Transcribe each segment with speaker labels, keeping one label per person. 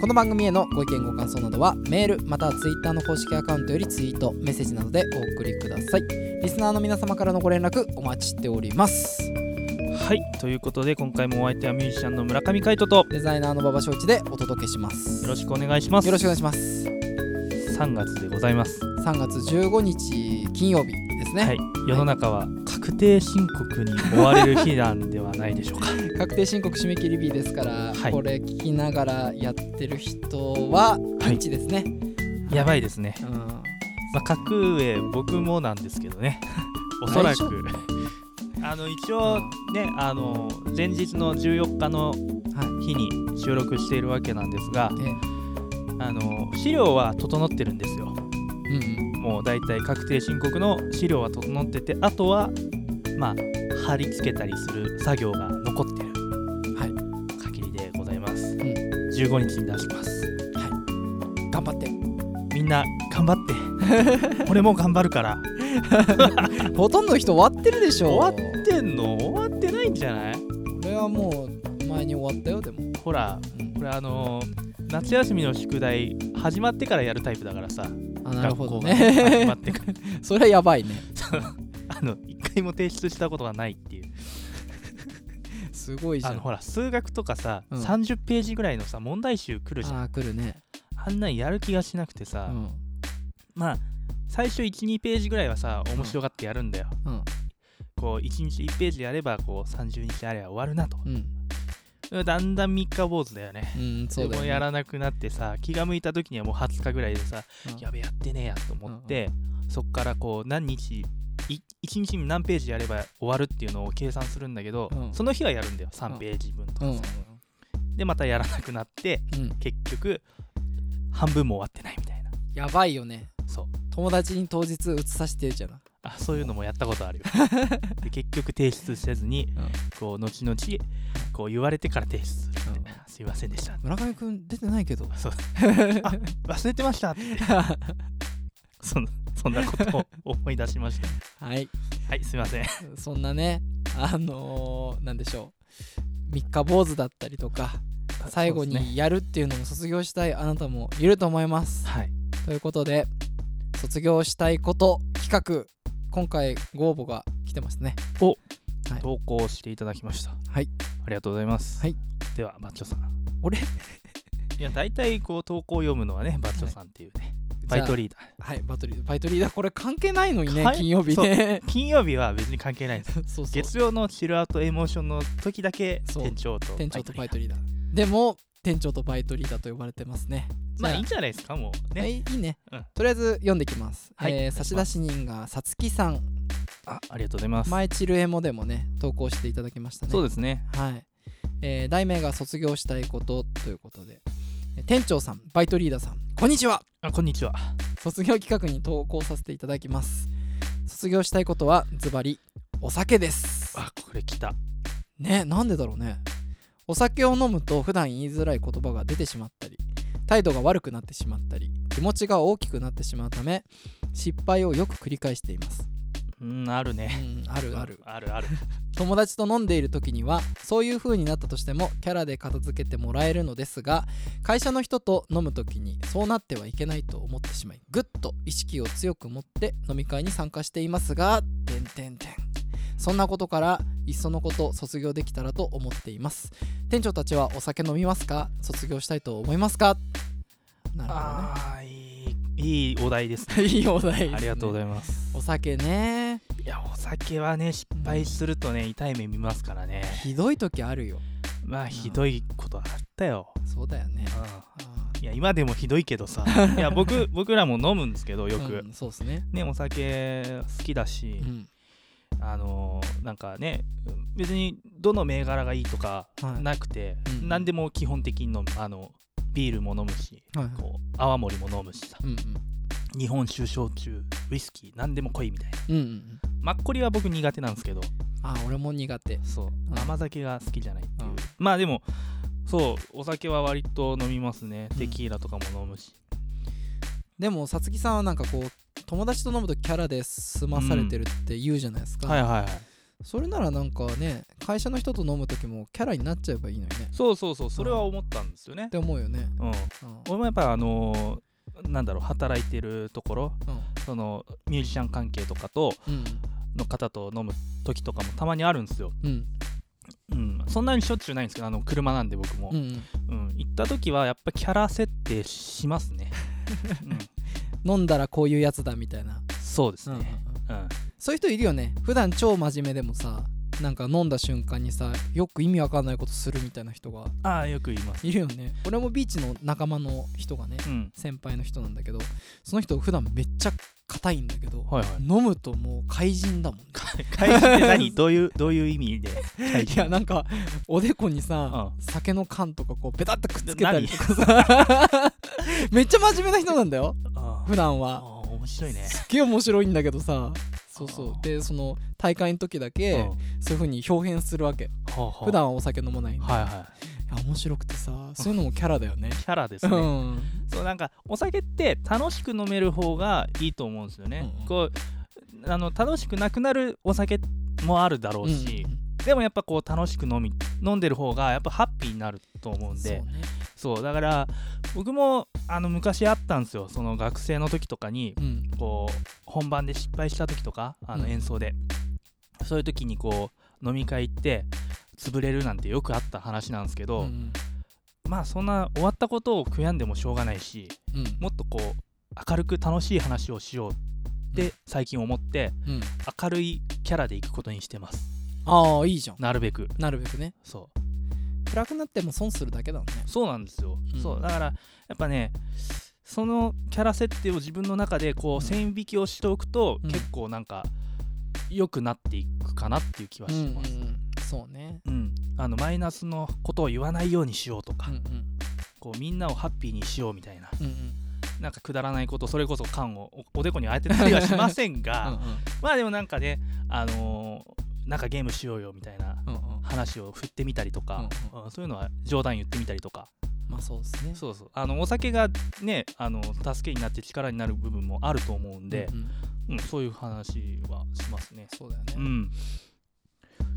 Speaker 1: この番組へのご意見ご感想などはメールまたはツイッターの公式アカウントよりツイートメッセージなどでお送りくださいリスナーの皆様からのご連絡お待ちしております
Speaker 2: はいということで今回もお相手はミュージシャンの村上海人とよ
Speaker 1: デザイナーの馬場翔一でお届けします
Speaker 2: ろしくお願いします
Speaker 1: よろしくお願いします
Speaker 2: 3月でございます、
Speaker 1: 3月15日金曜日ですね、
Speaker 2: はい世の中は確定申告に追われる日なんではないでしょうか
Speaker 1: 確定申告締め切り日ですから、
Speaker 2: はい
Speaker 1: これ聞きながらやってる人はピッチですね、
Speaker 2: やばいですね、
Speaker 1: うん
Speaker 2: まあ、格上僕もなんですけど ねおそら
Speaker 1: 大丈
Speaker 2: くあの一応ねあの前日の14日の
Speaker 1: は
Speaker 2: 日に収録しているわけなんですが
Speaker 1: い。え、
Speaker 2: あの資料は整ってるんですよ
Speaker 1: うんうん。
Speaker 2: もう大体確定申告の資料は整っててあとはまあ貼り付けたりする作業が残ってる
Speaker 1: はい
Speaker 2: 限りでございます、
Speaker 1: ん
Speaker 2: 15日に出します
Speaker 1: 頑張って。
Speaker 2: みんな頑張って 俺も頑張るから
Speaker 1: ほとんどの人終わってるでしょ。
Speaker 2: 終わってんの終わってないんじゃない
Speaker 1: これはもう前に終わったよでも。
Speaker 2: ほらこれあのー夏休みの宿題始まってからやるタイプだからさ
Speaker 1: あ、なるほど
Speaker 2: 学校が始まっ。
Speaker 1: ね
Speaker 2: てから
Speaker 1: それはやばいね。
Speaker 2: あの一回も提出したことがないっていう
Speaker 1: すごいじゃ
Speaker 2: あ
Speaker 1: ん。
Speaker 2: の
Speaker 1: あ
Speaker 2: ほら数学とかさ、
Speaker 1: うん
Speaker 2: 30ページぐらいのさ問題集来るじゃん
Speaker 1: ー、来るね。
Speaker 2: あんなんやる気がしなくて
Speaker 1: う
Speaker 2: さ、
Speaker 1: ん。
Speaker 2: まあ最初12ページぐらいはさ面白がってやるんだよ、
Speaker 1: うん。
Speaker 2: こう1日1ページやればこう30日あれば終わるなと、
Speaker 1: うん。
Speaker 2: だんだん3日坊主だよね
Speaker 1: うん、そうだ
Speaker 2: で
Speaker 1: よ、
Speaker 2: も
Speaker 1: ね。
Speaker 2: やらなくなってさ気が向いた時にはもう20日ぐらいでさ、
Speaker 1: うん
Speaker 2: やべやってねえやと思って、そっからこう何日い1日に何ページやれば終わるっていうのを計算するんだけど、
Speaker 1: うん
Speaker 2: その日はやるんだよ3ページ分と
Speaker 1: う
Speaker 2: か
Speaker 1: ん。
Speaker 2: さ、でまたやらなくなって
Speaker 1: うん。
Speaker 2: 結局半分も終わってないみたいな
Speaker 1: やばいよね。
Speaker 2: そう
Speaker 1: 友達に当日移させてるじゃない。
Speaker 2: あそういうのもやったことある よで結局提出せずに、
Speaker 1: うん
Speaker 2: こう後々こう言われてから提出するって、
Speaker 1: うん
Speaker 2: すいませんでした
Speaker 1: 村上くん出てない けど。
Speaker 2: そうあ忘れてましたってそんそんなことを思い出しました
Speaker 1: はい。
Speaker 2: はいすいません
Speaker 1: そんなね、あのー、なんでしょう。三日坊主だったりとか。 最
Speaker 2: そ
Speaker 1: 後
Speaker 2: うですね
Speaker 1: にやるっていうのも卒業したいあなたもいると思います。
Speaker 2: はい
Speaker 1: ということで卒業したいこと企画今回ご応募が来てますね。はい
Speaker 2: 投稿していただきました
Speaker 1: はい
Speaker 2: ありがとうございます、
Speaker 1: はい
Speaker 2: ではバッチョさん
Speaker 1: 俺
Speaker 2: いや大体こう投稿読むのはねバッチョさんっていうね、バイト
Speaker 1: リ
Speaker 2: リーダー
Speaker 1: はいバイトリーバイトリーダーこれ関係ないのにね
Speaker 2: はい
Speaker 1: 金曜日ね。
Speaker 2: 金曜日は別に関係ないです
Speaker 1: そうそう
Speaker 2: 月曜のチルアウトエモーションの時だけ
Speaker 1: そう
Speaker 2: 店長と
Speaker 1: 店長とバイト
Speaker 2: リー
Speaker 1: リーダー。でも店長とバイトリーダーと呼ばれてますね。
Speaker 2: ダーまあいいん
Speaker 1: じ
Speaker 2: じゃないですかもう
Speaker 1: ゃあ
Speaker 2: ね
Speaker 1: いいいいね、
Speaker 2: うん
Speaker 1: とりあえず読んできます。
Speaker 2: はい
Speaker 1: えー差出人がさつきさん
Speaker 2: あありがとうございます
Speaker 1: 前チルエモでもね投稿していただきましたね。
Speaker 2: そうですね
Speaker 1: はい、えー題名が卒業したいことということでえー店長さんバイトリーダーさんこんにちは
Speaker 2: あこんにちは
Speaker 1: 卒業企画に投稿させていただきます卒業したいことはズバリお酒です
Speaker 2: あこれ来た
Speaker 1: ねなんでだろうねお酒を飲むと普段言いづらい言葉が出てしまったり態度が悪くなってしまったり気持ちが大きくなってしまうため失敗をよく繰り返しています
Speaker 2: うんある
Speaker 1: う
Speaker 2: ね
Speaker 1: んあるある
Speaker 2: あるある
Speaker 1: 友達と飲んでいる時にはそういう風になったとしてもキャラで片付けてもらえるのですが会社の人と飲む時にそうなってはいけないと思ってしまいぐっと意識を強く持って飲み会に参加していますがてんてんてんそんなことからいっそのこと卒業できたらと思っています店長たちはお酒飲みますか卒業したいと思いますかなるほ
Speaker 2: あーいいいいお題ですね
Speaker 1: どねいいお題です、ね、
Speaker 2: ありがとうございます
Speaker 1: お酒ね
Speaker 2: いやお酒はね失敗するとね、痛い目見ますからね
Speaker 1: ひどい時あるよ
Speaker 2: まあひどいことあったよ、
Speaker 1: そうだよね
Speaker 2: う
Speaker 1: あ
Speaker 2: んいや今でもひどいけど さいや僕僕らも飲むんですけどよ
Speaker 1: ー
Speaker 2: く、
Speaker 1: うん、そうですね
Speaker 2: ねお酒好きだ
Speaker 1: う
Speaker 2: し、
Speaker 1: ん
Speaker 2: あのーなんかね別にどの銘柄がいいとか
Speaker 1: はい
Speaker 2: なくて、
Speaker 1: うん
Speaker 2: 何でも基本的に飲むあのビールも飲むし
Speaker 1: はいはい
Speaker 2: こう泡盛も飲むしさ
Speaker 1: うんうん
Speaker 2: 日本酒焼酎ウイスキー何でも濃いみたいな
Speaker 1: うんうんうん
Speaker 2: マッコリは僕苦手なんですけど
Speaker 1: あ俺も苦手
Speaker 2: そう
Speaker 1: うん
Speaker 2: 甘酒が好きじゃないっていう、
Speaker 1: うん
Speaker 2: まあでもそうお酒は割と飲みますね
Speaker 1: うん
Speaker 2: テキーラとかも飲むし、
Speaker 1: でもさつきさんはなんかこう友達と飲むとキャラで済まされてるって言うじゃないですか、
Speaker 2: はいはいはい
Speaker 1: それならなんかね会社の人と飲む時もキャラになっちゃえばいいのにね
Speaker 2: そうそうそうそれは思ったんですよね
Speaker 1: って思うよね
Speaker 2: うん
Speaker 1: うん
Speaker 2: 俺もやっぱあのーなんだろう働いてるところ
Speaker 1: うん
Speaker 2: そのミュージシャン関係とかと
Speaker 1: うん
Speaker 2: の方と飲む時とかもたまにあるんですよ、
Speaker 1: うん
Speaker 2: うん、そんなにしょっちゅうないんですけどあの車なんで僕も、
Speaker 1: うんうん
Speaker 2: うん行った時はやっぱキャラ設定します ね、うん、
Speaker 1: 飲んだらこういうやつだみたいな、
Speaker 2: そうです
Speaker 1: うんうんうん
Speaker 2: ね、うん
Speaker 1: そういう人いるよね普段超真面目でもさなんか飲んだ瞬間にさよく意味わかんないことするみたいな人が
Speaker 2: ああよく言います
Speaker 1: いるよね俺もビーチの仲間の人がね
Speaker 2: うん
Speaker 1: 先輩の人なんだけどその人普段めっちゃ硬いんだけど、
Speaker 2: はいはい
Speaker 1: 飲むともう怪人だもんね
Speaker 2: 怪人って 何どういうどういう意味で怪
Speaker 1: い
Speaker 2: 人
Speaker 1: やなんかおでこにさ、
Speaker 2: う
Speaker 1: 酒の缶とかこうベタッとくっつけたりとかさ めっちゃ真面目な人なんだよ
Speaker 2: あ
Speaker 1: 普
Speaker 2: ー
Speaker 1: 段
Speaker 2: あ
Speaker 1: は
Speaker 2: ー面白いね
Speaker 1: すっげえ面白いんだけどさそうそ
Speaker 2: あ
Speaker 1: う
Speaker 2: ー
Speaker 1: でその大会の時だ
Speaker 2: うん
Speaker 1: けそういう風に表現するわけ
Speaker 2: はあはあ
Speaker 1: 普段はお酒飲まないんでい
Speaker 2: はいは
Speaker 1: や面白くてさそういうのもキャラだよね
Speaker 2: いキャラです
Speaker 1: う
Speaker 2: ね
Speaker 1: ん
Speaker 2: そうなんかお酒って楽しく飲める方がいいと思うんですよね、
Speaker 1: うんうん
Speaker 2: こうあの楽しくなくなるお酒もあるだろ
Speaker 1: う
Speaker 2: うんし、でもやっぱこう楽しく飲み飲んでる方がやっぱハッピーになると思うん
Speaker 1: そう
Speaker 2: で
Speaker 1: ね
Speaker 2: そうだから僕もあの昔あったんですよその学生の時とかに
Speaker 1: うん
Speaker 2: こう本番で失敗した時とかあ
Speaker 1: う
Speaker 2: の
Speaker 1: ん
Speaker 2: 演奏で、そういう時にこう飲み会行って潰れるなんてよくあった話なんですけど、
Speaker 1: うん
Speaker 2: まあそんな終わったことを悔やんでもしょうがないし
Speaker 1: うん
Speaker 2: もっとこう明るく楽しい話をしようって最近思って
Speaker 1: うん
Speaker 2: 明るいキャラで行くことにしてます
Speaker 1: ああいいじゃん
Speaker 2: なるべく
Speaker 1: なるべくね
Speaker 2: そう
Speaker 1: 暗くなっても損するだけだもんね
Speaker 2: そうなんですよ、
Speaker 1: うん
Speaker 2: そうだからやっぱねそのキャラ設定を自分の中でこ
Speaker 1: うん
Speaker 2: う線引きをしておくと、
Speaker 1: うん
Speaker 2: 結構なんか良くなっていくかなっていう気は
Speaker 1: うん
Speaker 2: し
Speaker 1: うんう
Speaker 2: ます、うん
Speaker 1: んそうね
Speaker 2: あのマイナスのことを言わないようにしようとか、
Speaker 1: うんうん
Speaker 2: こうみんなをハッピーにしようみたいな
Speaker 1: うんうん
Speaker 2: なんかくだらないことそれこそ缶をおおでこに当てたりはしません
Speaker 1: う
Speaker 2: が、
Speaker 1: ん
Speaker 2: まあでもなんかねあのーなんかゲームしようよみたいな
Speaker 1: うんうんうん
Speaker 2: 話を振ってみたりとか、うんそういうのは冗談言ってみたりとか
Speaker 1: まあそうですね
Speaker 2: そうそうあのお酒がねあの助けになって力になる部分もあると思うんで
Speaker 1: う、んうん
Speaker 2: うんそういう話はしますね。
Speaker 1: そうだよ
Speaker 2: う
Speaker 1: ね
Speaker 2: ん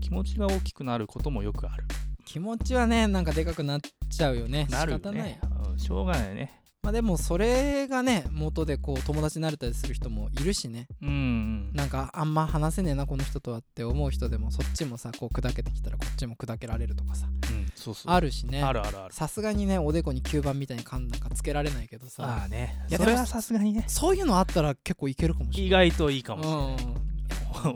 Speaker 2: 気持ちが大きくなることもよくある。
Speaker 1: 気持ちはねなんかでかくなっちゃうよね
Speaker 2: なる
Speaker 1: 仕方
Speaker 2: よ
Speaker 1: ない
Speaker 2: ね。うんしょうがないよね。
Speaker 1: まあでもそれがね元でこう友達になれたりする人もいるしね
Speaker 2: うんうん。
Speaker 1: なんかあんま話せねえなこの人とはって思う人でもそっちもさこう砕けてきたらこっちも砕けられるとかさ
Speaker 2: うんそうそう。
Speaker 1: あるしね
Speaker 2: あるあるある。
Speaker 1: さすがにねおでこに吸盤みたいに缶なんかつけられないけど
Speaker 2: あ
Speaker 1: さ
Speaker 2: あね。
Speaker 1: いや
Speaker 2: それ
Speaker 1: で
Speaker 2: は
Speaker 1: も
Speaker 2: さすがにね。
Speaker 1: そういうのあったら結構いけるかもしれ
Speaker 2: 意外といいかもし
Speaker 1: な
Speaker 2: れ
Speaker 1: い
Speaker 2: ない。
Speaker 1: うん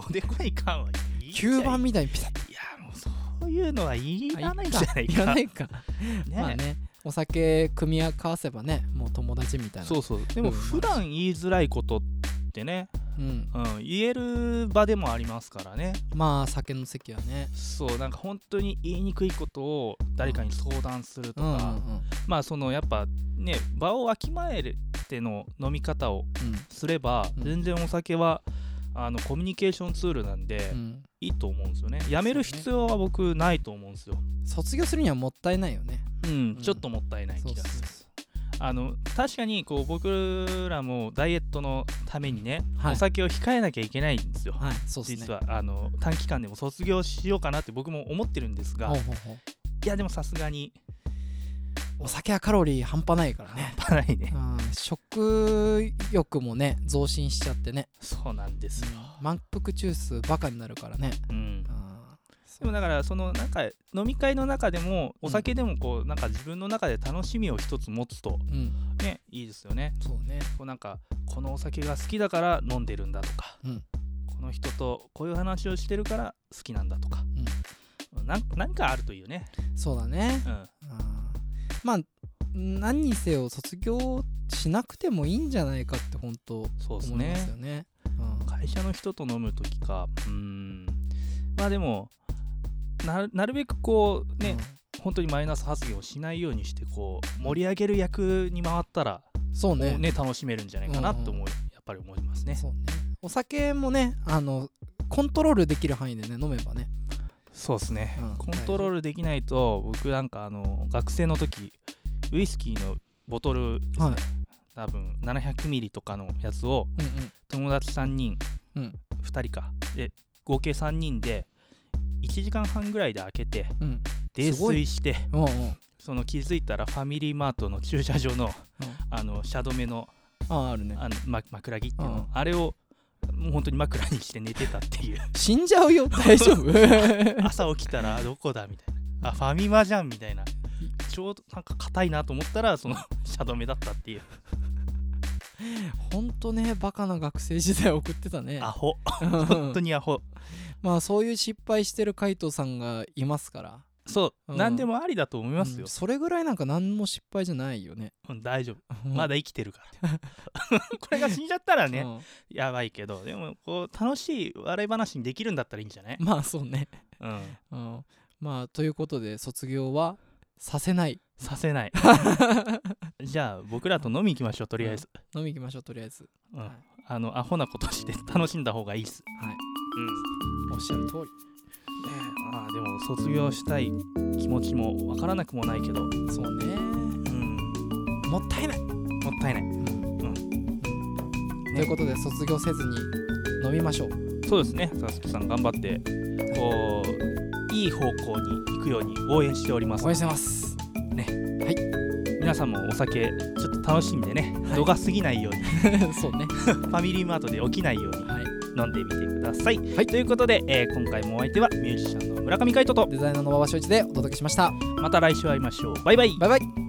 Speaker 2: おでこに缶はいいんじゃない
Speaker 1: 吸盤みたいにピタッ
Speaker 2: いやもうそういうのはいらないんじゃない
Speaker 1: いら
Speaker 2: か
Speaker 1: ないか
Speaker 2: ね
Speaker 1: まあねお酒組み合わせばねもう友達みたいな
Speaker 2: そうそうでも
Speaker 1: うん
Speaker 2: 普段言いづらいことってね、
Speaker 1: うん、
Speaker 2: うん、言える場でもありますからね
Speaker 1: まあ酒の席はね
Speaker 2: そうなんか本当に言いにくいことを誰かに相談すると
Speaker 1: うんうん
Speaker 2: か、まあそのやっぱね場をわきまえての飲み方をすれば
Speaker 1: うん
Speaker 2: 全然お酒はあのコミュニケーションツールなんで、
Speaker 1: うんうん
Speaker 2: いいと思うんですよねやめる必要は僕ないと思うんですよ、
Speaker 1: 卒業するにはもったいないよね
Speaker 2: うん
Speaker 1: うん
Speaker 2: ちょっともったいない
Speaker 1: そう
Speaker 2: 気
Speaker 1: そ
Speaker 2: が
Speaker 1: う
Speaker 2: する
Speaker 1: そ
Speaker 2: あの確かにこう僕らもダイエットのためにね、
Speaker 1: はい
Speaker 2: お酒を控えなきゃいけないんですよ、
Speaker 1: うはいそうっすね
Speaker 2: 実はあの短期間でも卒業しようかなって僕も思ってるんですが、
Speaker 1: ほう
Speaker 2: い
Speaker 1: ほうほう
Speaker 2: やでもさすがに
Speaker 1: お酒はカロリー半端ないからね、
Speaker 2: 半端ないね、
Speaker 1: うん、食欲もね増進しちゃってね
Speaker 2: そうなんですよ、
Speaker 1: 満腹中枢バカになるからね、
Speaker 2: うん
Speaker 1: うん
Speaker 2: でもだからそのなんか飲み会の中でもお酒でもこうなんか自分の中で楽しみを一つ持つと
Speaker 1: うん
Speaker 2: ねいいですよね
Speaker 1: そうね
Speaker 2: こうなんかこのお酒が好きだから飲んでるんだとか、
Speaker 1: うん
Speaker 2: この人とこういう話をしてるから好きなんだとか、なん何かあるといいよね、
Speaker 1: そうだね
Speaker 2: うん、
Speaker 1: うんまあ何にせよ卒業しなくてもいいんじゃないかって本当
Speaker 2: そうです
Speaker 1: 思いま
Speaker 2: ね
Speaker 1: すよねうん
Speaker 2: 会社の人と飲む時かうーんまあでもななるべくこうね、本当にマイナス発言をしないようにしてこう盛り上げる役に回ったら
Speaker 1: うんそうね
Speaker 2: をね楽しめるんじゃないかなと思う、やっぱり思いますね。
Speaker 1: そうねお酒もねあのコントロールできる範囲でね飲めばね
Speaker 2: そうですね、
Speaker 1: うん
Speaker 2: コントロールできないと僕なんかあの学生の時ウイスキーのボトルですね、
Speaker 1: はい
Speaker 2: 多分700ミリとかのやつを
Speaker 1: うん
Speaker 2: 友達3人、
Speaker 1: うん
Speaker 2: 2人かで合計3人で1時間半ぐらいで開けて
Speaker 1: うん
Speaker 2: 泥
Speaker 1: すごい
Speaker 2: 酔して
Speaker 1: うんうんうん
Speaker 2: その気づいたらファミリーマートの駐車場のあのシャドメの
Speaker 1: あああるね
Speaker 2: あの、ま、枕木っていうの、
Speaker 1: うん
Speaker 2: あれをもう本当に枕にして寝てたっていう
Speaker 1: 死んじゃ うよ大丈夫
Speaker 2: 朝起きたら どこだみたいなあファミマじゃんみたいなちょうどなんか硬いなと思ったらその シャドメだったっていう
Speaker 1: ほんとねバカな学生時代送ってたね
Speaker 2: アホ
Speaker 1: 本
Speaker 2: 本当にアホ
Speaker 1: まあそういう失敗してる海藤さんがいますから
Speaker 2: そう、
Speaker 1: うん
Speaker 2: 何でもありだと思います
Speaker 1: う
Speaker 2: よ
Speaker 1: ん、それぐらいなんか何も失敗じゃないよね
Speaker 2: うん大丈夫ま
Speaker 1: だ
Speaker 2: だ生きてるから これが死んじゃったらね、
Speaker 1: ね、
Speaker 2: やばいけどでもこう楽しい笑い話にできるんだったらいいんじゃない
Speaker 1: うんまあそうね、
Speaker 2: うん
Speaker 1: うん、まあということで卒業はさせない
Speaker 2: させ ないじゃあ僕らと飲み行きましょうとりあえず、
Speaker 1: 飲み行きましょうとりあえず
Speaker 2: うん
Speaker 1: はい
Speaker 2: あのアホなことして楽しんだ方がいいっす
Speaker 1: はい
Speaker 2: うん
Speaker 1: おっしゃる通り
Speaker 2: まあでも卒業したい気持ちもわからなくもないけど、
Speaker 1: そうね
Speaker 2: うん、
Speaker 1: もったいない、
Speaker 2: もったいない
Speaker 1: ということで卒業せずに飲みましょう
Speaker 2: そうですねサスケさん頑張ってこういい方向に行くように応援しております
Speaker 1: 応援してます
Speaker 2: 皆さんもお酒ちょっと楽しんでね、
Speaker 1: はい
Speaker 2: 度が過ぎない ように
Speaker 1: そうね
Speaker 2: ファミリーマートで起きないように
Speaker 1: はい
Speaker 2: 飲んでみてください、
Speaker 1: はい
Speaker 2: ということで、えー今回もお相手はミュージシャンの村上海人と
Speaker 1: デザイナーの馬場正一でお届けしました
Speaker 2: また来週会いましょうバイバイ
Speaker 1: バイバイ